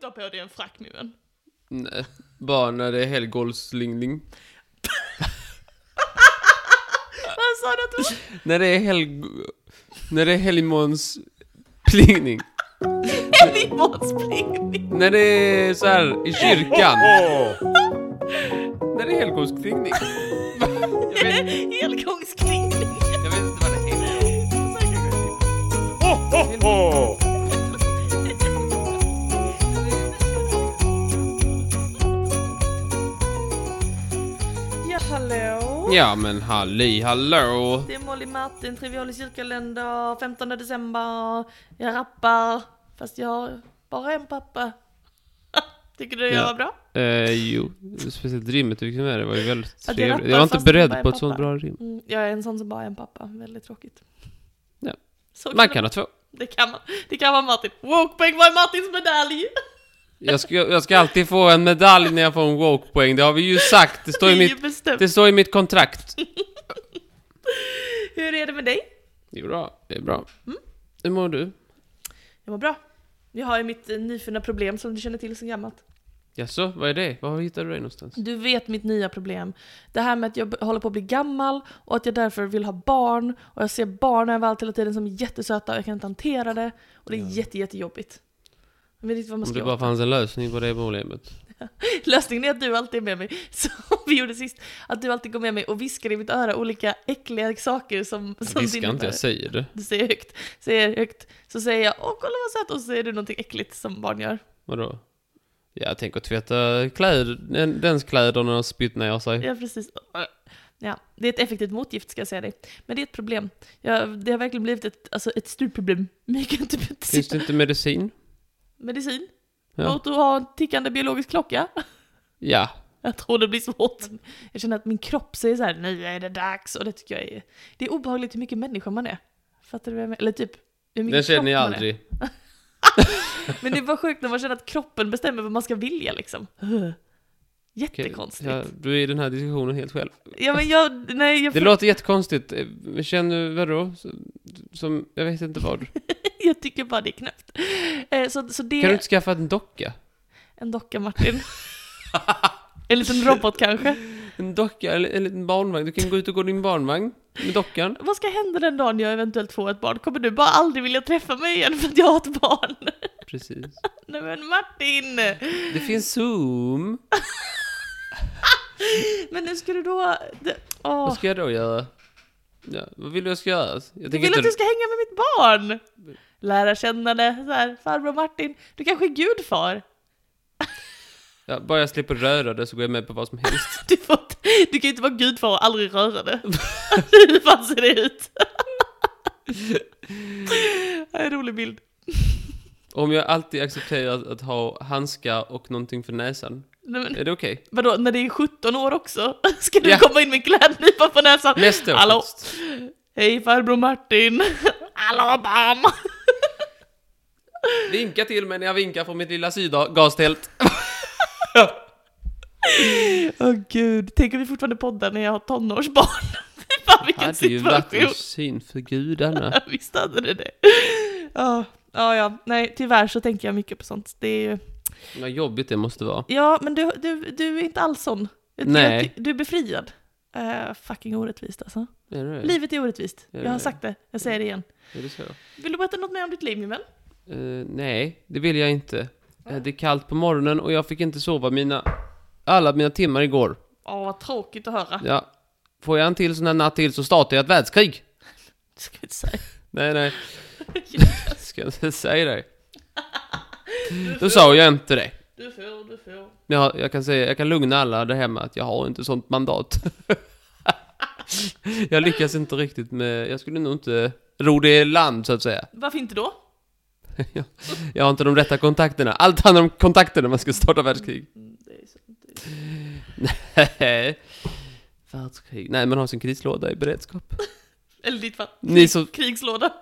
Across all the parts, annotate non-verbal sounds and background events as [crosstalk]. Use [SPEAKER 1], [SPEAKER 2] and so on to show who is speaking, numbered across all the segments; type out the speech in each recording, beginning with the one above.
[SPEAKER 1] ta på dig en frack nu än.
[SPEAKER 2] Nej, bara när det är helgolvslingning.
[SPEAKER 1] [laughs] Vad sa du att det var? [laughs]
[SPEAKER 2] När det är helg... När det är helgmånsplingning.
[SPEAKER 1] Helgmånsplingning!
[SPEAKER 2] När det är så här i kyrkan.
[SPEAKER 3] Åh!
[SPEAKER 2] När det är helgolvsklingning. Jag vet,
[SPEAKER 1] [laughs] Helgångsklingning!
[SPEAKER 2] jag vet inte vad det är.
[SPEAKER 3] Åh! Åh!
[SPEAKER 1] [laughs] Ja, hallå!
[SPEAKER 2] Ja men halli hallå.
[SPEAKER 1] Det är Molly Martin, Trivial i cirkelländer, 15 december, jag rappar, fast jag har bara en pappa. [laughs] Tycker du det
[SPEAKER 2] Ja.
[SPEAKER 1] var bra?
[SPEAKER 2] Eh, jo, speciellt rimmet du fick med det var ju väldigt
[SPEAKER 1] Att jag
[SPEAKER 2] trevligt.
[SPEAKER 1] rappar
[SPEAKER 2] Jag var inte
[SPEAKER 1] fast det bara
[SPEAKER 2] beredd
[SPEAKER 1] är
[SPEAKER 2] på ett sånt
[SPEAKER 1] pappa.
[SPEAKER 2] bra rim.
[SPEAKER 1] Mm, jag är en sån som bara är en pappa, väldigt tråkigt.
[SPEAKER 2] Ja.
[SPEAKER 1] Så
[SPEAKER 2] Man kan ha två.
[SPEAKER 1] Det kan man. Det kan vara Martin. Wokepoäng var Martins medalj!
[SPEAKER 2] Jag ska, jag ska alltid få en medalj när jag får en woke-poäng, det har vi ju sagt. Det står
[SPEAKER 1] [laughs]
[SPEAKER 2] i
[SPEAKER 1] Det är
[SPEAKER 2] mitt,
[SPEAKER 1] ju bestämt.
[SPEAKER 2] det står i mitt kontrakt.
[SPEAKER 1] Hur är det med dig?
[SPEAKER 2] Det är bra, det är bra. Hur mår du?
[SPEAKER 1] Jag mår bra. Jag har ju mitt eh, nyfunna problem som du känner till så gammalt.
[SPEAKER 2] Jaså, vad är det? Var hittade du det någonstans?
[SPEAKER 1] Du vet mitt nya problem. Det här med att jag b- håller på att bli gammal och att jag därför vill ha barn och jag ser barn överallt hela tiden som är jättesöta och jag kan inte hantera det och det är
[SPEAKER 2] Ja.
[SPEAKER 1] jätte, jättejobbigt. Jag vet inte vad man
[SPEAKER 2] Om
[SPEAKER 1] ska
[SPEAKER 2] det
[SPEAKER 1] göra.
[SPEAKER 2] bara fanns en lösning på det problemet.
[SPEAKER 1] [laughs] Lösningen är att du alltid är med mig, [laughs] som vi gjorde sist. Att du alltid går med mig och viskar i mitt öra olika äckliga saker som, som
[SPEAKER 2] Jag ska inte, jag säger det.
[SPEAKER 1] Du säger högt, säger högt. Så säger jag åh kolla vad söt och så säger du någonting äckligt som barn gör.
[SPEAKER 2] Vadå? Jag tänker tvätta kläder, den- dens kläder när de har spytt ner sig.
[SPEAKER 1] Ja, precis. Ja, det är ett effektivt motgift ska jag säga dig. Men det är ett problem. Ja, det har verkligen blivit ett, alltså, ett stort problem. [laughs] Men jag kan typ inte
[SPEAKER 2] Finns
[SPEAKER 1] sitta
[SPEAKER 2] det inte medicin?
[SPEAKER 1] medicin.
[SPEAKER 2] Ja.
[SPEAKER 1] Mot att ha en tickande biologisk klocka. [laughs]
[SPEAKER 2] Ja.
[SPEAKER 1] Jag tror det blir svårt. Jag känner att min kropp säger så här: nu är det dags. Och det tycker jag är, det är obehagligt hur mycket människa man är. Fattar du vad jag menar? Eller typ, hur mycket kropp
[SPEAKER 2] Den känner jag
[SPEAKER 1] man är.
[SPEAKER 2] aldrig.
[SPEAKER 1] Men det är bara sjukt när man känner att kroppen bestämmer vad man ska vilja liksom. Jättekonstigt.
[SPEAKER 2] Ja, du är i den här diskussionen helt själv.
[SPEAKER 1] Ja men jag, nej jag,
[SPEAKER 2] Det låter jättekonstigt. Eh, Känner du, vadå? Som- Som, jag vet inte vad.
[SPEAKER 1] [laughs] jag tycker bara det är knäppt. Eh, så, så det [laughs]
[SPEAKER 2] Kan du inte skaffa en docka?
[SPEAKER 1] En docka Martin. en liten robot kanske.
[SPEAKER 2] En docka eller en liten barnvagn. Du kan gå ut och gå din barnvagn
[SPEAKER 1] [laughs]
[SPEAKER 2] med dockan.
[SPEAKER 1] Vad ska hända den dagen jag eventuellt får ett barn? Kommer du bara aldrig vilja träffa mig igen för att jag har ett barn? [laughs]
[SPEAKER 2] Precis.
[SPEAKER 1] Nej men Martin!
[SPEAKER 2] Det finns Zoom.
[SPEAKER 1] Men nu ska du då... det- Åh.
[SPEAKER 2] Vad ska jag då göra? Ja, vad vill du jag ska göra? Jag
[SPEAKER 1] Du
[SPEAKER 2] tänker typ,
[SPEAKER 1] vill att
[SPEAKER 2] inte...
[SPEAKER 1] du ska hänga med mitt barn! Lära känna det, så här, farbror Martin. Du kanske är gudfar? [laughs]
[SPEAKER 2] Ja, bara jag slipper röra det så går jag med på vad som helst.
[SPEAKER 1] Du, får, inte- du kan ju inte vara gudfar och aldrig röra det. [laughs] Hur fan ser det
[SPEAKER 2] [laughs]
[SPEAKER 1] ut? Det är en rolig bild.
[SPEAKER 2] Om jag alltid accepterar att, att ha handskar och någonting för näsan,
[SPEAKER 1] Nej, men,
[SPEAKER 2] är det okej?
[SPEAKER 1] vadå, när det är 17 år också? [laughs] Ska du
[SPEAKER 2] Ja.
[SPEAKER 1] komma in med klädnypa på näsan?
[SPEAKER 2] Nästa år
[SPEAKER 1] Hallå.
[SPEAKER 2] faktiskt.
[SPEAKER 1] Hej farbror Martin! [laughs] Hallå bam!
[SPEAKER 2] Vinka till mig när jag vinkar från mitt lilla sydgastält.
[SPEAKER 1] Åh gud, tänk om vi fortfarande poddar när jag har tonårsbarn. [laughs] Fy fan vilken
[SPEAKER 2] hade ju varit en
[SPEAKER 1] situation!
[SPEAKER 2] syn för gudarna.
[SPEAKER 1] Visst hade det det? Ja, ja, ja, nej tyvärr så tänker jag mycket på sånt. Det är ju...
[SPEAKER 2] Vad jobbigt det måste vara.
[SPEAKER 1] Ja, men du, du, du är inte alls sån. Jag tycker
[SPEAKER 2] Nej.
[SPEAKER 1] att Du, du är befriad. Eh, fucking orättvist alltså.
[SPEAKER 2] Är det,
[SPEAKER 1] Livet är orättvist.
[SPEAKER 2] Ja,
[SPEAKER 1] Jag har
[SPEAKER 2] ja.
[SPEAKER 1] sagt det, jag säger det igen.
[SPEAKER 2] är det så?
[SPEAKER 1] Vill du berätta något mer om ditt liv min vän?
[SPEAKER 2] Eh, nej, det vill jag inte. Eh, det är kallt på morgonen och jag fick inte sova mina, alla mina timmar igår.
[SPEAKER 1] Åh, vad tråkigt att höra.
[SPEAKER 2] Ja, får jag en till sån här natt till så startar jag ett världskrig.
[SPEAKER 1] Det [laughs] ska jag inte säga.
[SPEAKER 2] Nej, nej. Ska jag inte säga det? Då sa jag inte det.
[SPEAKER 1] Du får, du får.
[SPEAKER 2] Jag, jag, kan säga, jag kan lugna alla där hemma att jag har inte sånt mandat. [laughs] jag lyckas inte riktigt med, jag skulle nog inte ro det i land så att säga. [laughs]
[SPEAKER 1] Varför inte då?
[SPEAKER 2] jag, jag har inte de rätta kontakterna. Allt handlar om kontakter när man ska starta världskrig.
[SPEAKER 1] Mm, det är så- det är så.
[SPEAKER 2] världskrig. Nej, man har sin krislåda i beredskap.
[SPEAKER 1] Eller ditt fall.
[SPEAKER 2] Ni som,
[SPEAKER 1] Krigslåda.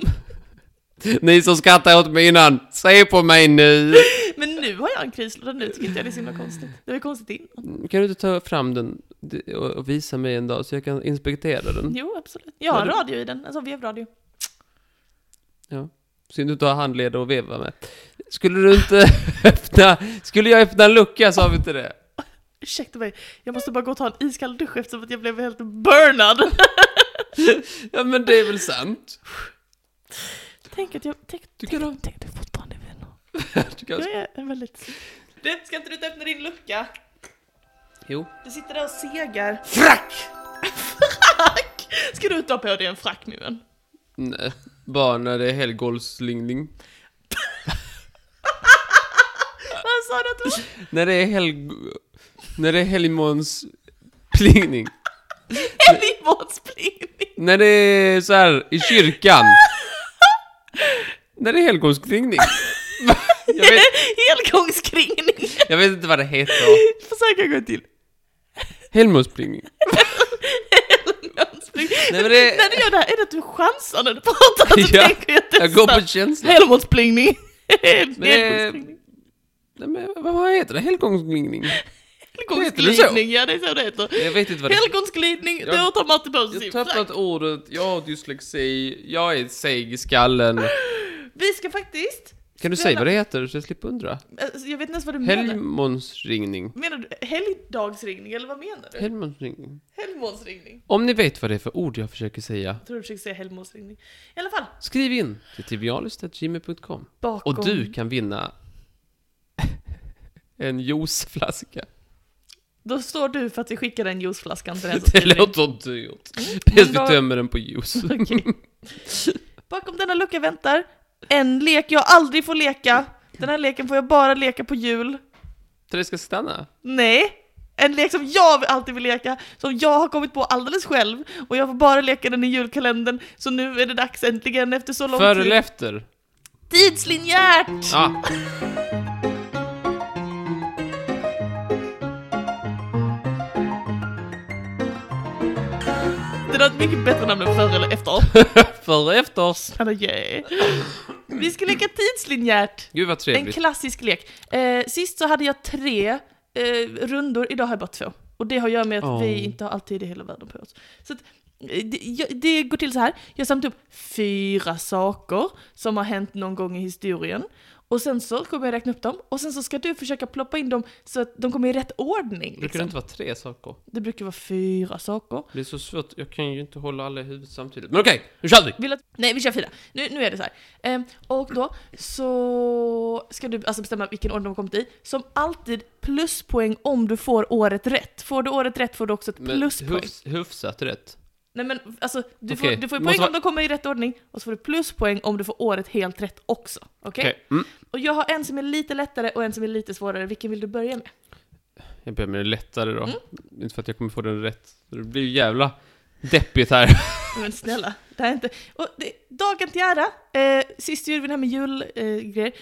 [SPEAKER 1] [laughs]
[SPEAKER 2] ni som skrattade åt mig innan, se på mig nu!
[SPEAKER 1] Men nu har jag en krislåda, nu tycker inte jag det är så
[SPEAKER 2] Mm.
[SPEAKER 1] himla konstigt. Det var ju konstigt innan.
[SPEAKER 2] Kan du inte ta fram den d- och och visa mig en dag så jag kan inspektera den?
[SPEAKER 1] Jo, absolut. Jag har
[SPEAKER 2] Ja,
[SPEAKER 1] en
[SPEAKER 2] du-
[SPEAKER 1] radio i den, en sån vevradio.
[SPEAKER 2] Ja. Synd du inte har handleder att veva med. Skulle du inte [laughs] öppna... Skulle jag öppna en lucka, sa vi inte det?
[SPEAKER 1] Ursäkta mig, jag måste bara gå och ta en iskall dusch eftersom att jag blev helt burnad. [laughs]
[SPEAKER 2] Ja, men det är väl sant?
[SPEAKER 1] Tänk att jag, tänk,
[SPEAKER 2] Du
[SPEAKER 1] tänk,
[SPEAKER 2] kan ha...
[SPEAKER 1] tänk att jag fortfarande är vän.
[SPEAKER 2] Du kan ha...
[SPEAKER 1] Jag är en väldigt... Du, ska inte du öppna din lucka?
[SPEAKER 2] Jo.
[SPEAKER 1] Du sitter där och segar. Frack! [laughs] frack! Ska du ta på dig en frack nu än?
[SPEAKER 2] Nej. Bara när det är helgolvslingning.
[SPEAKER 1] Vad sa du att du var?
[SPEAKER 2] När det är helg... När det är helgmånsplingning.
[SPEAKER 1] [laughs] Helgmånsplingning!
[SPEAKER 2] När det är så här i kyrkan. När det är helgonsklingning. Jag vet,
[SPEAKER 1] [laughs] Helgångskringning!
[SPEAKER 2] jag vet inte vad det heter.
[SPEAKER 1] Försök en gång till.
[SPEAKER 2] Helgmånsplingning.
[SPEAKER 1] Helgmånsplingning.
[SPEAKER 2] Nej, men det-
[SPEAKER 1] När du gör det här, är det att du chansar när du pratar? Att du
[SPEAKER 2] [laughs] Ja,
[SPEAKER 1] tänker jättesnabbt?
[SPEAKER 2] Jag går på
[SPEAKER 1] [laughs]
[SPEAKER 2] känsla.
[SPEAKER 1] Helgmånsplingning!
[SPEAKER 2] det-
[SPEAKER 1] Helgångsplingning.
[SPEAKER 2] Nej, men vad- vad heter det? Helgonsklingning? Heter
[SPEAKER 1] Helgångsglidning, ja det är så det heter.
[SPEAKER 2] Jag vet inte vad det
[SPEAKER 1] Helgonsglidning,
[SPEAKER 2] Jag-
[SPEAKER 1] då tar Martin på sig
[SPEAKER 2] Jag
[SPEAKER 1] sin
[SPEAKER 2] har
[SPEAKER 1] frack.
[SPEAKER 2] tappat ordet, jag har dyslexi, jag är seg i skallen.
[SPEAKER 1] Vi ska faktiskt...
[SPEAKER 2] Kan du säga vad det heter så jag slipper undra?
[SPEAKER 1] Alltså, jag vet inte ens vad du menar.
[SPEAKER 2] Helgmånsringning.
[SPEAKER 1] Menar du helgdagsringning eller vad menar du?
[SPEAKER 2] Helgmånsringning.
[SPEAKER 1] Helgmånsringning.
[SPEAKER 2] Om ni vet vad det är för ord jag försöker säga,
[SPEAKER 1] Jag tror du försöker säga helgmånsringning. I alla fall.
[SPEAKER 2] skriv in till tibialist.jimmy.com.
[SPEAKER 1] Bakom.
[SPEAKER 2] Och du kan vinna [laughs] en juiceflaska.
[SPEAKER 1] Då står du för att vi skickar den juiceflaskan till den som
[SPEAKER 2] [laughs] Det
[SPEAKER 1] skriver in.
[SPEAKER 2] låter dyrt. [laughs] Bäst vi
[SPEAKER 1] då-
[SPEAKER 2] tömmer den på juice.
[SPEAKER 1] [laughs] Okej. Bakom denna lucka väntar en lek jag aldrig får leka. Den här leken får jag bara leka på jul.
[SPEAKER 2] Så det ska stanna.
[SPEAKER 1] Nej! En lek som jag alltid vill leka, som jag har kommit på alldeles själv. Och jag får bara leka den i julkalendern, så nu är det dags äntligen efter så lång
[SPEAKER 2] Före eller
[SPEAKER 1] tid.
[SPEAKER 2] efter? Ah.
[SPEAKER 1] Tidslinjärt!
[SPEAKER 2] Ja.
[SPEAKER 1] Det är ett mycket bättre namn än före eller
[SPEAKER 2] [laughs]
[SPEAKER 1] efter.
[SPEAKER 2] Före efter.
[SPEAKER 1] Snälla, yeah. Vi ska leka tidslinjärt!
[SPEAKER 2] Gud vad
[SPEAKER 1] En
[SPEAKER 2] trevligt.
[SPEAKER 1] klassisk lek. Eh, sist så hade jag tre eh, rundor, idag har jag bara två. Och det har att göra med att
[SPEAKER 2] Åh.
[SPEAKER 1] vi inte har alltid i hela världen på oss. Så att, eh, det, jag, det går till så här, jag samlar upp fyra saker som har hänt någon gång i historien. Och sen så kommer jag räkna upp dem, och sen så ska du försöka ploppa in dem så att de kommer i rätt ordning.
[SPEAKER 2] Brukar det
[SPEAKER 1] Liksom.
[SPEAKER 2] inte vara tre saker?
[SPEAKER 1] Det brukar vara fyra saker.
[SPEAKER 2] Det är så svårt, jag kan ju inte hålla alla i huvudet samtidigt. Men okej, nu kör vi!
[SPEAKER 1] Vill att, nej, vi kör fyra. Nu, nu är det så här. Ehm, och då så ska du alltså bestämma vilken ordning de har kommit i. Som alltid pluspoäng om du får året rätt. Får du året rätt får du också ett
[SPEAKER 2] Men
[SPEAKER 1] pluspoäng.
[SPEAKER 2] hyfs, hyfsat rätt.
[SPEAKER 1] Nej men alltså, du,
[SPEAKER 2] Okej,
[SPEAKER 1] får, du får
[SPEAKER 2] det
[SPEAKER 1] poäng
[SPEAKER 2] måste
[SPEAKER 1] om de kommer i rätt ordning och så får du pluspoäng om du får året helt rätt också. Okej?
[SPEAKER 2] Okej, Mm.
[SPEAKER 1] Och jag har en som är lite lättare och en som är lite svårare. Vilken vill du börja med?
[SPEAKER 2] Jag börjar med det lättare då.
[SPEAKER 1] Mm.
[SPEAKER 2] Inte för att jag kommer få den rätt. Det blir ju jävla deppigt här.
[SPEAKER 1] Men snälla, det här är inte... Och det, dagen till ära, eh, sist gjorde vi det här med julgrejer. Eh, grejer.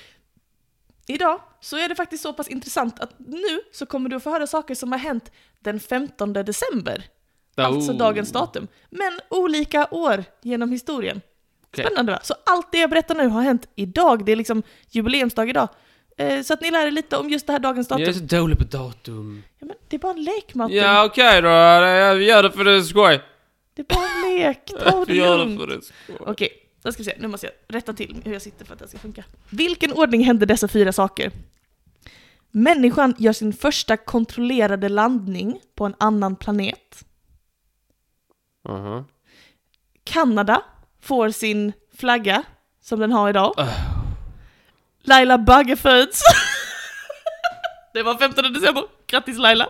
[SPEAKER 1] Idag så är det faktiskt så pass intressant att nu så kommer du att få höra saker som har hänt den 15 december. [laughs] Alltså
[SPEAKER 2] Oh.
[SPEAKER 1] dagens datum. Men olika år genom historien.
[SPEAKER 2] Okej.
[SPEAKER 1] Spännande va? Så allt det jag berättar nu har hänt idag. Det är liksom jubileumsdag idag. Eh, så att ni lär er lite om just det här dagens
[SPEAKER 2] Jag är
[SPEAKER 1] datum.
[SPEAKER 2] så dålig på datum.
[SPEAKER 1] Ja, men det är bara en lek Martin.
[SPEAKER 2] Ja, okej då. Jag gör det för det är skoj.
[SPEAKER 1] Det är bara en lek.
[SPEAKER 2] [laughs]
[SPEAKER 1] Ta
[SPEAKER 2] Jag
[SPEAKER 1] det
[SPEAKER 2] gör det
[SPEAKER 1] lugnt.
[SPEAKER 2] för det är skoj.
[SPEAKER 1] Okej, då ska vi se. Nu måste jag rätta till hur jag sitter för att det ska funka. Vilken ordning hände dessa fyra saker? Människan gör sin första kontrollerade landning på en annan planet.
[SPEAKER 2] Aha.
[SPEAKER 1] Kanada får sin flagga, som den har idag. Laila Bagge föds. [laughs] det var 15 december. Grattis Laila!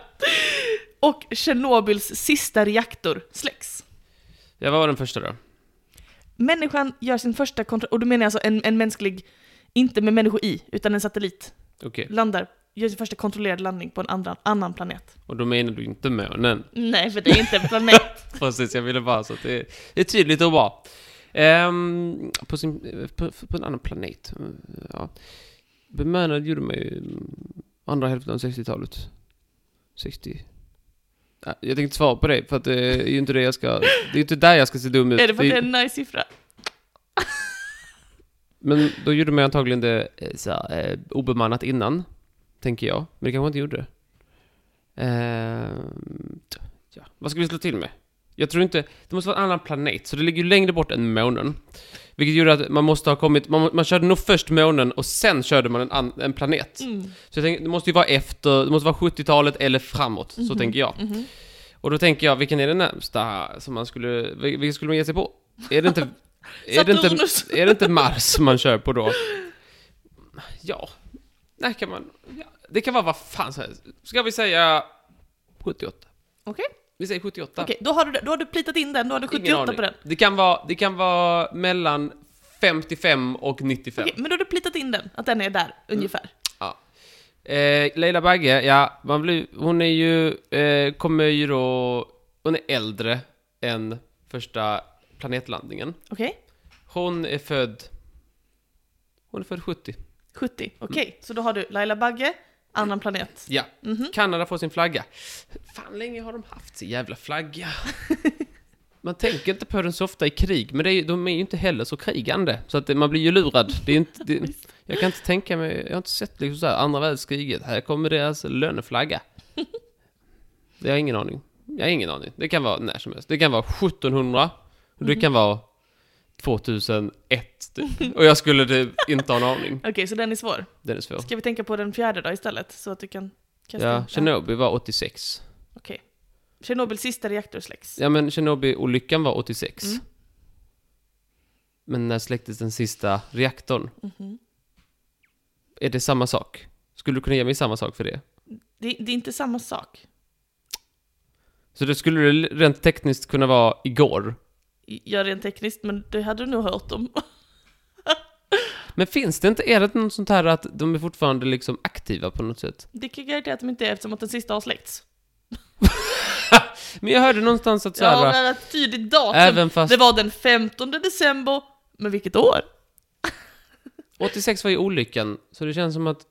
[SPEAKER 1] Och Tjernobyls sista reaktor släcks.
[SPEAKER 2] Ja, vad var den första då?
[SPEAKER 1] Människan gör sin första kontroll, och då menar jag alltså en, en mänsklig, inte med människor i, utan en satellit,
[SPEAKER 2] Okej,
[SPEAKER 1] landar, gör sin första kontrollerade landning på en andra, annan planet.
[SPEAKER 2] och då menar du inte månen.
[SPEAKER 1] Nej, för det är inte en planet.
[SPEAKER 2] Precis, jag ville bara så att det det är tydligt och bra. Ehm, på, sin, på, på en annan planet. Mm, Ja. Bemannad gjorde man ju mm, andra hälften av 60-talet. 60. Ja, Jag tänkte inte svara på det, för att eh, det är ju inte det jag ska... Det är inte där jag ska se dum ut.
[SPEAKER 1] [laughs] är [laughs] det för att det
[SPEAKER 2] Det-
[SPEAKER 1] är en nice siffra?
[SPEAKER 2] Men då gjorde man ju antagligen det eh, så, här, eh, obemannat innan, tänker jag. Men det kanske man inte gjorde. Ehm, ja. Vad ska vi slå till med? Jag tror inte... Det måste vara en annan planet, så det ligger ju längre bort än månen. Vilket gjorde att man måste ha kommit... Man, man körde nog först månen och sen körde man en, an, en planet.
[SPEAKER 1] Mm.
[SPEAKER 2] Så jag tänkte, det måste ju vara efter... Det måste vara 70-talet eller framåt, så
[SPEAKER 1] Mhm.
[SPEAKER 2] tänker jag.
[SPEAKER 1] Mhm.
[SPEAKER 2] Och då tänker jag, vilken är den närmsta som man skulle... vil- Vilken skulle man ge sig på? Är
[SPEAKER 1] [laughs]
[SPEAKER 2] det inte... är, det inte
[SPEAKER 1] Saturnus.
[SPEAKER 2] är det inte Mars man kör på då? Ja. Nej, kan man... Ja. Det kan vara vad fan som helst. Ska vi säga 78?
[SPEAKER 1] Okej.
[SPEAKER 2] Vi säger 78.
[SPEAKER 1] Okej, då, har du, då har du plitat in den, då har du
[SPEAKER 2] Ingen
[SPEAKER 1] 78
[SPEAKER 2] aning.
[SPEAKER 1] på den.
[SPEAKER 2] Det kan vara, det kan vara mellan 55 och 95.
[SPEAKER 1] Okej, men då har du plitat in den, att den är där ungefär.
[SPEAKER 2] Eh, Leila Bagge, ja, man blir, hon är ju, eh, kommer ju då, hon är äldre än första planetlandningen.
[SPEAKER 1] Okej,
[SPEAKER 2] Hon är född, hon är född 70.
[SPEAKER 1] 70. Okej, så då har du Laila Bagge, annan planet.
[SPEAKER 2] Ja,
[SPEAKER 1] Mhm.
[SPEAKER 2] Kanada får sin flagga. Fan, länge har de haft sin
[SPEAKER 1] [laughs]
[SPEAKER 2] jävla flagga? Man tänker inte på den så ofta i krig, men det är, ju- de är ju inte heller så krigande. Så att det, man blir ju lurad. Det är inte, det, jag kan inte tänka mig, jag har inte sett liksom så här, andra världskriget, här kommer deras
[SPEAKER 1] [laughs]
[SPEAKER 2] löneflagga. Jag har ingen aning. Jag har ingen aning. Det kan vara när som helst. Det kan vara 1700, och
[SPEAKER 1] Mhm.
[SPEAKER 2] det kan vara 2001. Typ. Och jag skulle typ inte ha en aning.
[SPEAKER 1] Okej, så den är svår.
[SPEAKER 2] Den är svår.
[SPEAKER 1] Ska vi tänka på den fjärde då istället? Så att du kan kasta
[SPEAKER 2] Ja,
[SPEAKER 1] in-
[SPEAKER 2] Tjernobyl var 86.
[SPEAKER 1] Okej. Tjernobyls sista reaktor släcks.
[SPEAKER 2] Ja men Tjernobyl-olyckan var 86.
[SPEAKER 1] Mm.
[SPEAKER 2] Men när släcktes den sista reaktorn?
[SPEAKER 1] Mhm.
[SPEAKER 2] Är det samma sak? Skulle du kunna ge mig samma sak för det?
[SPEAKER 1] Det, det är inte samma sak.
[SPEAKER 2] Så det skulle det rent tekniskt kunna vara igår.
[SPEAKER 1] Ja, rent tekniskt, men det hade du nog hört om. [laughs]
[SPEAKER 2] Men finns det inte, är det något sånt här att de är fortfarande liksom aktiva på något sätt?
[SPEAKER 1] Det kan jag garantera att de inte är eftersom att den sista har släckts.
[SPEAKER 2] Men jag hörde någonstans att så
[SPEAKER 1] Ja, det
[SPEAKER 2] här,
[SPEAKER 1] är ett tydligt datum.
[SPEAKER 2] även fast
[SPEAKER 1] Det var den 15 december, men vilket år?
[SPEAKER 2] 86 var ju olyckan, så det känns som att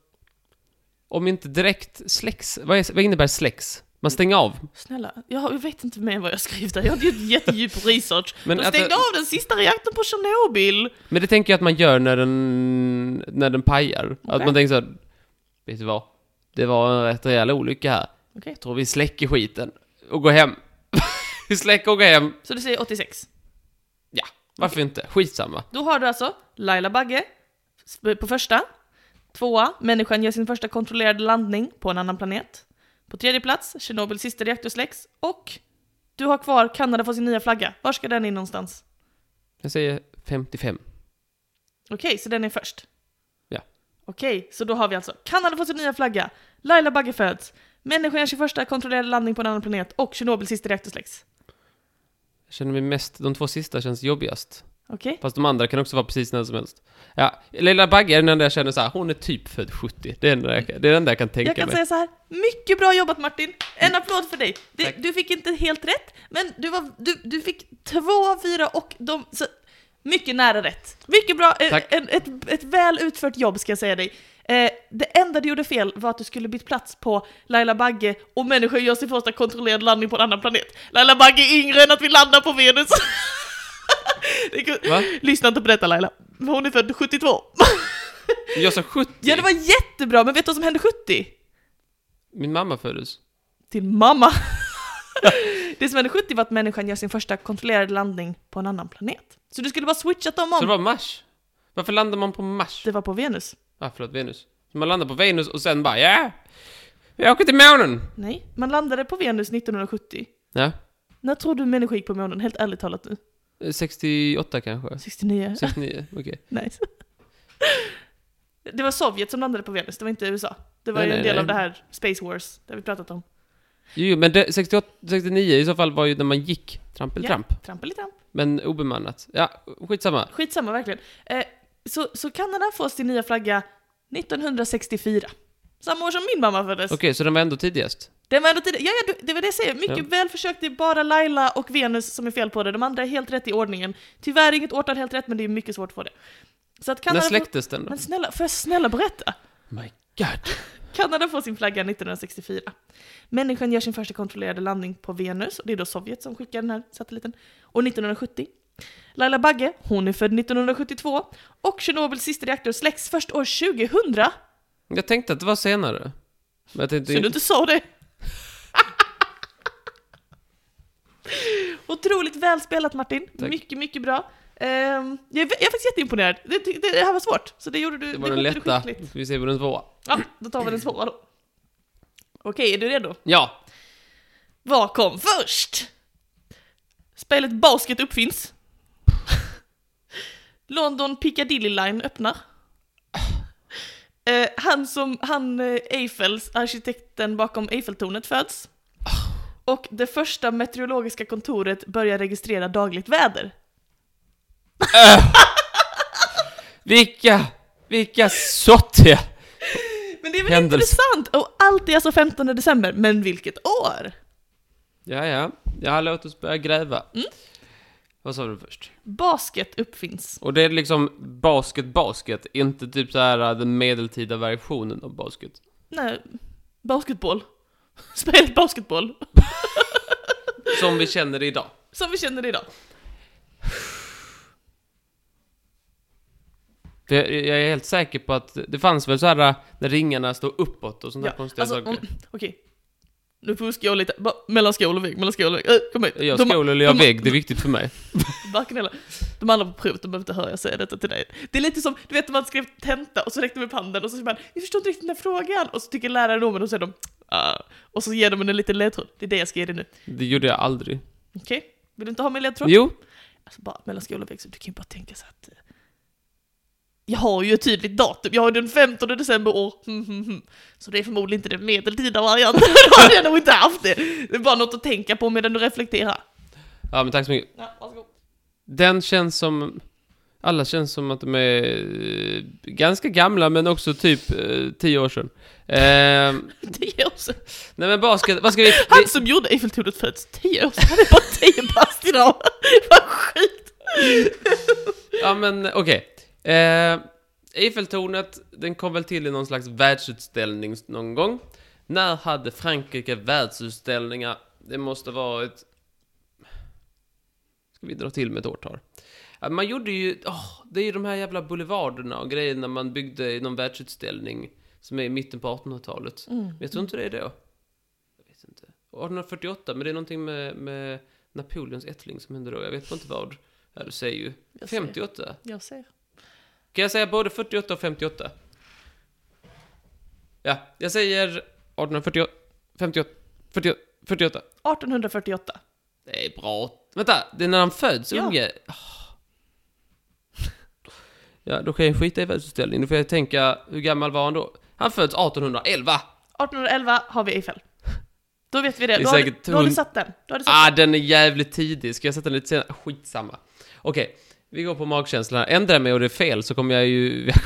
[SPEAKER 2] om inte direkt släcks, vad, är, vad innebär släcks? Man stänger av?
[SPEAKER 1] Snälla, jag, har- jag vet inte mer vad jag skrev där. Jag hade gjort jättedjup [laughs] research.
[SPEAKER 2] Men
[SPEAKER 1] de
[SPEAKER 2] att
[SPEAKER 1] stängde
[SPEAKER 2] det-
[SPEAKER 1] av den sista reaktorn på Tjernobyl.
[SPEAKER 2] Men det tänker jag att man gör när den, när den pajar. Att
[SPEAKER 1] Okej.
[SPEAKER 2] man tänker så här, vet du vad? Det var en rätt rejäl olycka här.
[SPEAKER 1] Okej.
[SPEAKER 2] Jag tror vi släcker skiten och går hem. [laughs] vi släcker och går hem.
[SPEAKER 1] Så du säger 86.
[SPEAKER 2] Varför inte? Skitsamma.
[SPEAKER 1] Då har du alltså Laila Bagge sp- på första. Tvåa, människan gör sin första kontrollerade landning på en annan planet. På tredje plats, Tjernobyls sista reaktor släcks. Och du har kvar Kanada får sin nya flagga. Var ska den in någonstans?
[SPEAKER 2] Jag säger 55.
[SPEAKER 1] Okej, så den är först.
[SPEAKER 2] Ja.
[SPEAKER 1] Okej, så då har vi alltså Kanada får sin nya flagga, Laila Bagge föds, människan gör sin första kontrollerade landning på en annan planet och Tjernobyls sista reaktor släcks.
[SPEAKER 2] Jag känner mig mest, de två sista känns jobbigast.
[SPEAKER 1] Okej?
[SPEAKER 2] Fast de andra kan också vara precis när som helst. Ja, Leila Bagge är den enda jag känner så här, hon är typ född 70. Det är den enda jag, kan- det är den enda jag kan tänka
[SPEAKER 1] Jag kan
[SPEAKER 2] mig.
[SPEAKER 1] säga så här, mycket bra jobbat Martin! En applåd för dig! Det,
[SPEAKER 2] Mm. Tack.
[SPEAKER 1] du fick inte helt rätt, men du, var, du, du fick två av fyra och de... Så, mycket nära rätt. Mycket bra, eh,
[SPEAKER 2] Tack.
[SPEAKER 1] en, ett, ett väl utfört jobb ska jag säga dig. Eh, det enda du gjorde fel var att du skulle bytt plats på Laila Bagge och människor gör sin första kontrollerad landning på en annan planet. Laila Bagge är yngre än att vi landar på Venus. [laughs] Det är kul.
[SPEAKER 2] Va?
[SPEAKER 1] Lyssna inte på detta Laila, hon är född 72.
[SPEAKER 2] Jag sa 70.
[SPEAKER 1] Ja det var jättebra, men vet du vad som hände 70?
[SPEAKER 2] Min mamma föddes.
[SPEAKER 1] till
[SPEAKER 2] [laughs]
[SPEAKER 1] mamma. det som hände 70 var att människan gör sin första kontrollerade landning på en annan planet. Så du skulle bara switchat dem om.
[SPEAKER 2] Så det var Mars. Varför landar man på Mars?
[SPEAKER 1] det var på Venus.
[SPEAKER 2] Ah, förlåt, Venus. Så man landar på Venus och sen bara ja! Vi åker till månen!
[SPEAKER 1] Nej, man landade på Venus 1970.
[SPEAKER 2] Ja,
[SPEAKER 1] När tror du människor gick på månen? Helt ärligt talat nu.
[SPEAKER 2] 68 kanske?
[SPEAKER 1] 69? [laughs]
[SPEAKER 2] 69, okej.
[SPEAKER 1] nice. Det var Sovjet som landade på Venus, det var inte USA. Det var
[SPEAKER 2] Nej,
[SPEAKER 1] ju en
[SPEAKER 2] nej,
[SPEAKER 1] del
[SPEAKER 2] nej.
[SPEAKER 1] av det här Space Wars, det har vi pratat om.
[SPEAKER 2] Jo, jo, men det, 68, 69 i så fall var ju när man gick. Trampel,
[SPEAKER 1] Ja.
[SPEAKER 2] tramp.
[SPEAKER 1] Trampelitramp.
[SPEAKER 2] Men obemannat. Ja, skitsamma.
[SPEAKER 1] Skitsamma verkligen. Eh, så, så Kanada får sin nya flagga 1964. Samma år som min mamma föddes.
[SPEAKER 2] Okej, så den var ändå tidigast?
[SPEAKER 1] Den var ändå tidig- ja, ja, du- det var det jag säger. Mycket
[SPEAKER 2] Ja.
[SPEAKER 1] väl försökt. Det är bara Laila och Venus som är fel på det. De andra är helt rätt i ordningen. Tyvärr inget årtal helt rätt, men det är mycket svårt att få det. Så att
[SPEAKER 2] när
[SPEAKER 1] Kanada... Får...
[SPEAKER 2] släcktes den då?
[SPEAKER 1] Men snälla, får jag snälla berätta?
[SPEAKER 2] My God.
[SPEAKER 1] Kanada får sin flagga 1964. Människan gör sin första kontrollerade landning på Venus, och det är då Sovjet som skickar den här satelliten, år 1970. Laila Bagge, hon är född 1972, och Tjernobyls sista reaktor släcks först år 2000.
[SPEAKER 2] Jag tänkte att det var senare. Men
[SPEAKER 1] Så
[SPEAKER 2] jag tänkte
[SPEAKER 1] du inte sa det. Otroligt väl spelat Martin.
[SPEAKER 2] Tack.
[SPEAKER 1] Mycket, mycket bra. Ehm, jag, är, jag är faktiskt jätteimponerad. Det, det, det här var svårt, så det gjorde du
[SPEAKER 2] Det var
[SPEAKER 1] det
[SPEAKER 2] den
[SPEAKER 1] gjorde du
[SPEAKER 2] lätta.
[SPEAKER 1] skickligt.
[SPEAKER 2] Vi ser på den tvåa.
[SPEAKER 1] Ja, då tar vi den svåra då. Okej, är du redo?
[SPEAKER 2] Ja,
[SPEAKER 1] Vad kom först? Spelet Basket uppfinns. [laughs] London Piccadilly Line öppnar. Eh, han som, han eh, Eiffels, arkitekten bakom Eiffeltornet föds. Och det första meteorologiska kontoret börjar registrera dagligt väder.
[SPEAKER 2] vilka, vilka sortiga!
[SPEAKER 1] Men det är väl
[SPEAKER 2] Händelse.
[SPEAKER 1] intressant? Och allt är alltså 15 december, men vilket år?
[SPEAKER 2] Ja, ja. Ja, låt oss börja gräva.
[SPEAKER 1] Mm.
[SPEAKER 2] Vad sa du först?
[SPEAKER 1] Basket uppfinns.
[SPEAKER 2] Och det är liksom basket, basket, inte typ så här äh, den medeltida versionen av basket.
[SPEAKER 1] Nej, basketboll. [laughs] Spelet basketboll.
[SPEAKER 2] Som vi känner det idag.
[SPEAKER 1] Som vi känner det idag.
[SPEAKER 2] För jag, jag är helt säker på att det fanns väl så här äh, när ringarna står uppåt och sådana där konstiga
[SPEAKER 1] alltså,
[SPEAKER 2] saker.
[SPEAKER 1] om- Okej. Nu fuskar jag lite. Bara Mellan skål och vägg, mellan skål och vägg. Äh, kom hit.
[SPEAKER 2] Är jag
[SPEAKER 1] De-
[SPEAKER 2] skål eller är jag
[SPEAKER 1] de-
[SPEAKER 2] vägg? Det är viktigt för mig.
[SPEAKER 1] Varken eller. De andra på provet, de behöver inte höra jag säga detta till dig. Det är lite som, du vet, man skrev tenta och så räckte de upp handen och så säger man jag förstår inte riktigt den här frågan. Och så tycker läraren om den och så säger de ah. Och så ger de en liten ledtråd. Det är det jag ska ge dig nu.
[SPEAKER 2] Det gjorde jag aldrig.
[SPEAKER 1] Okej? Vill du inte ha min ledtråd?
[SPEAKER 2] Jo,
[SPEAKER 1] Alltså bara mellan skål och vägg, så du kan ju bara tänka så att... eh, Jag har ju ett tydligt datum, jag har ju den 15 december år, hmm, hmm, hmm. så det är förmodligen inte den medeltida varianten, [laughs] då hade jag nog inte haft det. Det är bara något att tänka på medan du reflekterar.
[SPEAKER 2] ja men tack så mycket.
[SPEAKER 1] Ja, varsågod.
[SPEAKER 2] Den känns som... Alla känns som att de är eh, ganska gamla, men också typ eh, tio år sedan. Eh,
[SPEAKER 1] Tio år sedan.
[SPEAKER 2] nej men basket, vad ska vi...
[SPEAKER 1] Han som gjorde Eiffeltornet föddes tio år sedan, han är bara tio bast idag. [laughs] Vad sjukt!
[SPEAKER 2] Ja men okej. Eh, Eiffeltornet, den kom väl till i någon slags världsutställning någon gång. När hade Frankrike världsutställningar? Det måste vara ett... Ska vi dra till med ett årtal? Ja, Man gjorde ju, åh, det är ju de här jävla boulevarderna och grejerna man byggde i någon världsutställning som är i mitten på 1800-talet.
[SPEAKER 1] Mm.
[SPEAKER 2] Men jag tror inte det är då. Jag vet inte. 1848, men det är någonting med, med Napoleons ättling som hände då. Jag vet inte vad. Ja, du säger ju.
[SPEAKER 1] Jag ser.
[SPEAKER 2] 58?
[SPEAKER 1] Jag ser.
[SPEAKER 2] Kan jag säga både 48 och 58? Ja, jag säger 1848, 58, 48, 48.
[SPEAKER 1] 1848.
[SPEAKER 2] Det är bra. Vänta, det är när han föds,
[SPEAKER 1] Ja.
[SPEAKER 2] unge. Ah. Ja, då kan jag skita i världsutställningen. Då får jag tänka, hur gammal var han då? Han föds 1811!
[SPEAKER 1] 1811 har vi Eiffel. Då vet vi det,
[SPEAKER 2] Det är
[SPEAKER 1] då har, du,
[SPEAKER 2] säkert
[SPEAKER 1] då har du
[SPEAKER 2] hund-
[SPEAKER 1] satt den. Då har du satt
[SPEAKER 2] Ah, den är jävligt tidig. Ska jag sätta den lite senare? Skitsamma. Okej, vi går på magkänslan. Ändrar jag mig och det är fel så kommer jag ju... [laughs]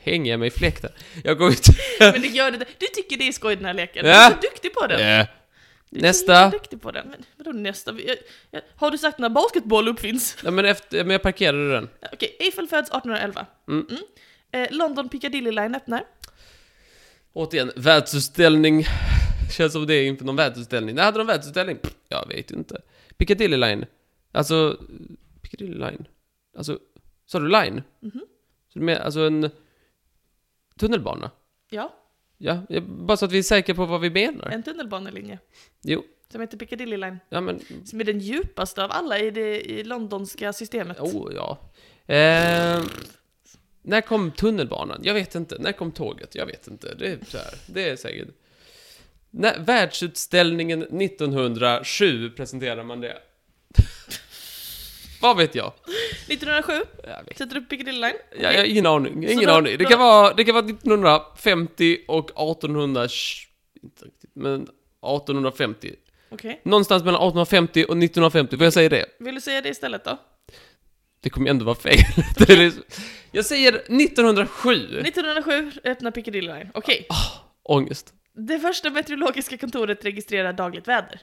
[SPEAKER 2] Hänger jag mig i fläkten? Jag går ut...
[SPEAKER 1] Men det gör det Du tycker det är skoj den här leken. Du
[SPEAKER 2] Ja.
[SPEAKER 1] är så duktig på den.
[SPEAKER 2] Eh.
[SPEAKER 1] Du är
[SPEAKER 2] Nästa.
[SPEAKER 1] så duktig på den. Men vadå nästa? Jag, jag, har du sagt när basketboll uppfinns? [laughs]
[SPEAKER 2] Ja, men, efter, men jag parkerade den.
[SPEAKER 1] Okej, Eiffel föds 1811.
[SPEAKER 2] Mm.
[SPEAKER 1] Eh, London Piccadilly Line öppnar.
[SPEAKER 2] Återigen, världsutställning. [laughs] Känns som det är inför någon världsutställning. När hade de världsutställning? Pff, Jag vet inte. Piccadilly line. Alltså, Piccadilly line. Alltså, sa du line?
[SPEAKER 1] Mhm.
[SPEAKER 2] Så du menar, alltså en tunnelbana?
[SPEAKER 1] Ja,
[SPEAKER 2] Ja, jag- bara så att vi är säkra på vad vi menar.
[SPEAKER 1] en tunnelbanelinje.
[SPEAKER 2] Jo,
[SPEAKER 1] Som heter Piccadilly Line.
[SPEAKER 2] ja men,
[SPEAKER 1] Som är den djupaste av alla i det i londonska systemet.
[SPEAKER 2] oh ja. Eh, när kom tunnelbanan? Jag vet inte. När kom tåget? Jag vet inte. Det är så här, det är säkert. När, världsutställningen 1907 presenterar man det. Vad vet jag?
[SPEAKER 1] 1907
[SPEAKER 2] Jag, vet.
[SPEAKER 1] sätter du upp Piccadilly Line.
[SPEAKER 2] jag, jag har ingen aning. Ingen
[SPEAKER 1] då-
[SPEAKER 2] aning. Det
[SPEAKER 1] då-
[SPEAKER 2] kan, vara, det kan vara 1950 och 1800... Inte riktigt, men 1850.
[SPEAKER 1] Okej.
[SPEAKER 2] Någonstans mellan 1850 och 1950. Får jag säga det?
[SPEAKER 1] Vill du säga det istället då?
[SPEAKER 2] Det kommer ju ändå vara fel. [laughs] Det är liksom- jag säger 1907.
[SPEAKER 1] 1907 öppnar Piccadilly Line. Okej.
[SPEAKER 2] Ah. Ångest.
[SPEAKER 1] Det första meteorologiska kontoret registrerar dagligt väder.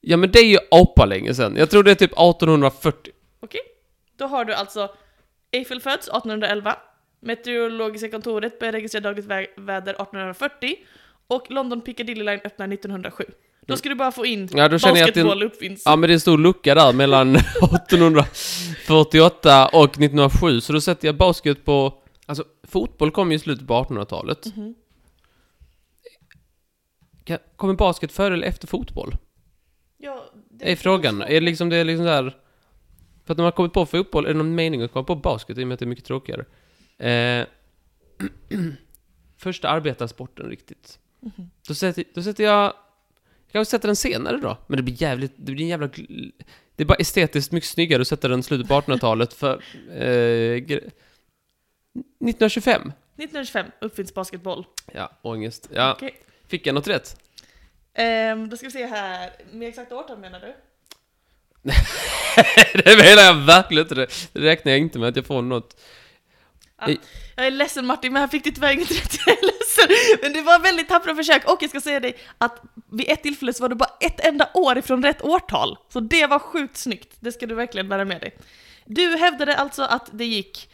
[SPEAKER 2] Ja men det är ju apa länge sedan. Jag tror det är typ 1840.
[SPEAKER 1] Okej, då har du alltså Eiffel föds 1811, Meteorologiska kontoret börjar registrera dagligt vä- väder 1840 och London Piccadilly Line öppnar 1907. Då ska du bara få in
[SPEAKER 2] Ja, då känner jag att det är en-
[SPEAKER 1] basketboll uppfinns.
[SPEAKER 2] Ja men det är en stor lucka där mellan [laughs] 1848 och 1907. Så då sätter jag basket på... Alltså fotboll kom ju i slutet på 1800-talet.
[SPEAKER 1] Mhm.
[SPEAKER 2] Kan- Kommer basket före eller efter fotboll?
[SPEAKER 1] Ja, det
[SPEAKER 2] är frågan. Är det liksom, det är liksom där För att när man har kommit på fotboll, är det någon mening att komma på basket i och med att det är mycket tråkigare? Eh, [clears throat] första arbetarsporten riktigt.
[SPEAKER 1] Mhm.
[SPEAKER 2] Då, sätter, då sätter jag... Jag kanske sätter den senare då, men det blir jävligt... Det blir en jävla... gl- Det är bara estetiskt mycket snyggare att sätta den i slutet på 1800-talet för... Eh, gre- 1925.
[SPEAKER 1] 1925 uppfinns basketboll.
[SPEAKER 2] Ja, ångest. Ja.
[SPEAKER 1] Okej.
[SPEAKER 2] Fick jag något rätt? [laughs]
[SPEAKER 1] Ehm, då ska vi se här. Med exakt årtal menar du?
[SPEAKER 2] det menar jag verkligen inte. Det det räknar jag inte med att jag får något.
[SPEAKER 1] Jag är ledsen Martin, men här fick du tyvärr inget rätt. Jag är ledsen. Men det var väldigt tappra försök. Och jag ska säga dig att vid ett tillfälle så var du bara ett enda år ifrån rätt årtal. Så det var sjukt snyggt. Det ska du verkligen bära med dig. Du hävdade alltså att det gick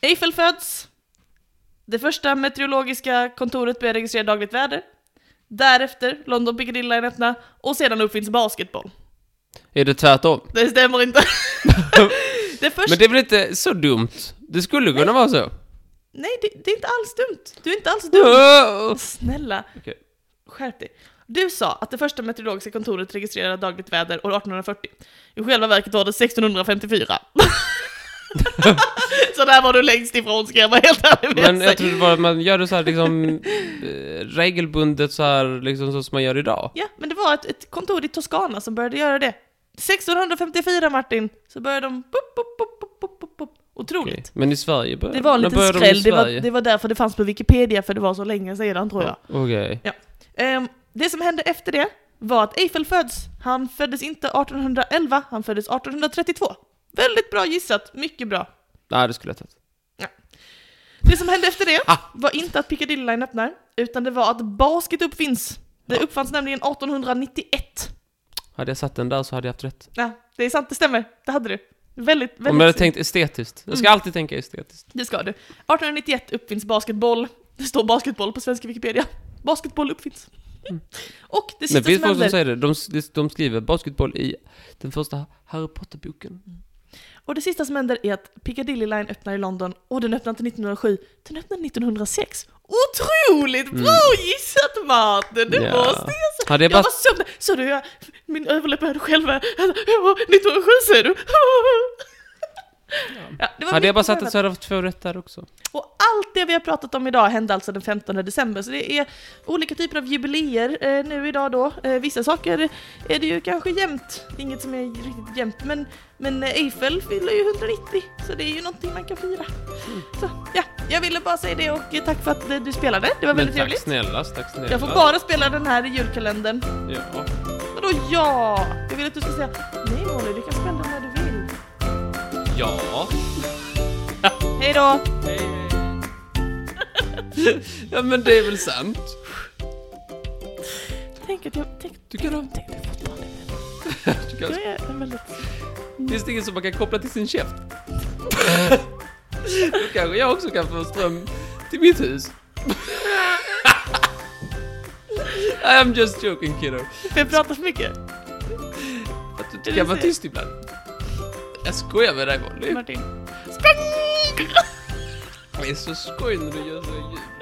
[SPEAKER 1] Eiffel föds, det första meteorologiska kontoret började registrera dagligt väder, därefter London Piccadilly öppna och sedan uppfinns basketboll.
[SPEAKER 2] Är det tvärtom?
[SPEAKER 1] Det stämmer
[SPEAKER 2] [laughs]
[SPEAKER 1] inte. det första...
[SPEAKER 2] Men det är väl inte så dumt? Det skulle kunna vara så.
[SPEAKER 1] Nej, det, det är inte alls dumt. Du är inte
[SPEAKER 2] [laughs]
[SPEAKER 1] alls dum. Snälla,
[SPEAKER 2] Okej.
[SPEAKER 1] skärp dig. Du sa att det första meteorologiska kontoret registrerade dagligt väder år 1840. I själva verket var det
[SPEAKER 2] [laughs]
[SPEAKER 1] 1654. så där var du längst ifrån ska jag vara helt ärlig med [laughs]
[SPEAKER 2] Men
[SPEAKER 1] sig.
[SPEAKER 2] jag tror det var att man gör det så här liksom eh, regelbundet så här liksom så som man gör idag.
[SPEAKER 1] Ja, men det var ett, ett kontor i Toscana som började göra det. 1654 Martin, så började de... Pop, pop, pop, pop, pop, pop, pop. Otroligt.
[SPEAKER 2] Okej. Men i Sverige började
[SPEAKER 1] Det var en
[SPEAKER 2] när
[SPEAKER 1] liten
[SPEAKER 2] började de i
[SPEAKER 1] skräll, det var,
[SPEAKER 2] Sverige?
[SPEAKER 1] det var därför det fanns på Wikipedia, för det var så länge sedan tror jag.
[SPEAKER 2] Okej.
[SPEAKER 1] Ehm, det som hände efter det var att Eiffel föds. Han föddes inte 1811, han föddes 1832. Väldigt bra gissat, mycket bra.
[SPEAKER 2] Nej, det skulle jag tagit.
[SPEAKER 1] Det som hände efter det
[SPEAKER 2] Ah.
[SPEAKER 1] var inte att Piccadilly Line öppnar, utan det var att basket uppfinns. Det uppfanns nämligen 1891.
[SPEAKER 2] Hade jag satt den där så hade jag haft rätt.
[SPEAKER 1] Ja, det är sant, det stämmer. Det hade du. Väldigt, väldigt
[SPEAKER 2] Om jag
[SPEAKER 1] snyggt.
[SPEAKER 2] hade tänkt estetiskt. Jag ska
[SPEAKER 1] Mm.
[SPEAKER 2] alltid tänka estetiskt.
[SPEAKER 1] Det ska du. 1891 uppfinns basketboll. Det står basketboll på svenska Wikipedia. Basketboll uppfinns. Och det
[SPEAKER 2] Mm. Men
[SPEAKER 1] sista som
[SPEAKER 2] finns folk som
[SPEAKER 1] händer,
[SPEAKER 2] säger det. De, de skriver basketboll i den första Harry Potter-boken.
[SPEAKER 1] och det sista som händer är att Piccadilly Line öppnar i London och den öppnar inte 1907, den öppnar 1906. Otroligt bra gissat Martin! Det
[SPEAKER 2] Mm. Ja.
[SPEAKER 1] måste jag säga.
[SPEAKER 2] Hade jag
[SPEAKER 1] Jag
[SPEAKER 2] bara...
[SPEAKER 1] var sömnig. Så du, jag, min överläpp började själva. [laughs] 1907 säger du. [laughs] Ja, det var
[SPEAKER 2] Hade jag bara
[SPEAKER 1] mycket
[SPEAKER 2] satt
[SPEAKER 1] bra.
[SPEAKER 2] den så hade jag haft två rätt där också.
[SPEAKER 1] Och allt det vi har pratat om idag hände alltså den 15 december, så det är olika typer av jubileer eh, nu idag då. Eh, vissa saker är det ju kanske jämnt, inget som är riktigt jämnt, men, men eh, Eiffel fyller ju 190, så det är ju någonting man kan fira. Så ja, jag ville bara säga det och eh, tack för att eh, du spelade, det var
[SPEAKER 2] Men
[SPEAKER 1] väldigt
[SPEAKER 2] tack
[SPEAKER 1] trevligt.
[SPEAKER 2] snälla, tack snälla.
[SPEAKER 1] Jag får bara spela den här i julkalendern.
[SPEAKER 2] Ja.
[SPEAKER 1] Vadå ja? Jag vill att du ska säga nej Molly, du kan spela den när du vill.
[SPEAKER 2] ja.
[SPEAKER 1] Hej då!
[SPEAKER 2] [laughs] ja men det är väl sant?
[SPEAKER 1] Tänk att jag... Tänk,
[SPEAKER 2] Du kan ha...
[SPEAKER 1] tänk, det fortfarande.
[SPEAKER 2] Du kan...
[SPEAKER 1] Jag är en väldigt...
[SPEAKER 2] Finns det ingen som man kan koppla till sin käft? Då kanske jag också kan få ström till mitt hus. [laughs] I'm just joking kiddo.
[SPEAKER 1] Jag pratar för mycket.
[SPEAKER 2] Att
[SPEAKER 1] Är
[SPEAKER 2] du
[SPEAKER 1] det
[SPEAKER 2] kan vara
[SPEAKER 1] så?
[SPEAKER 2] tyst ibland. Jag skojar med dig Molly.
[SPEAKER 1] Martin.
[SPEAKER 2] Det är så skoj när du gör så här ljud.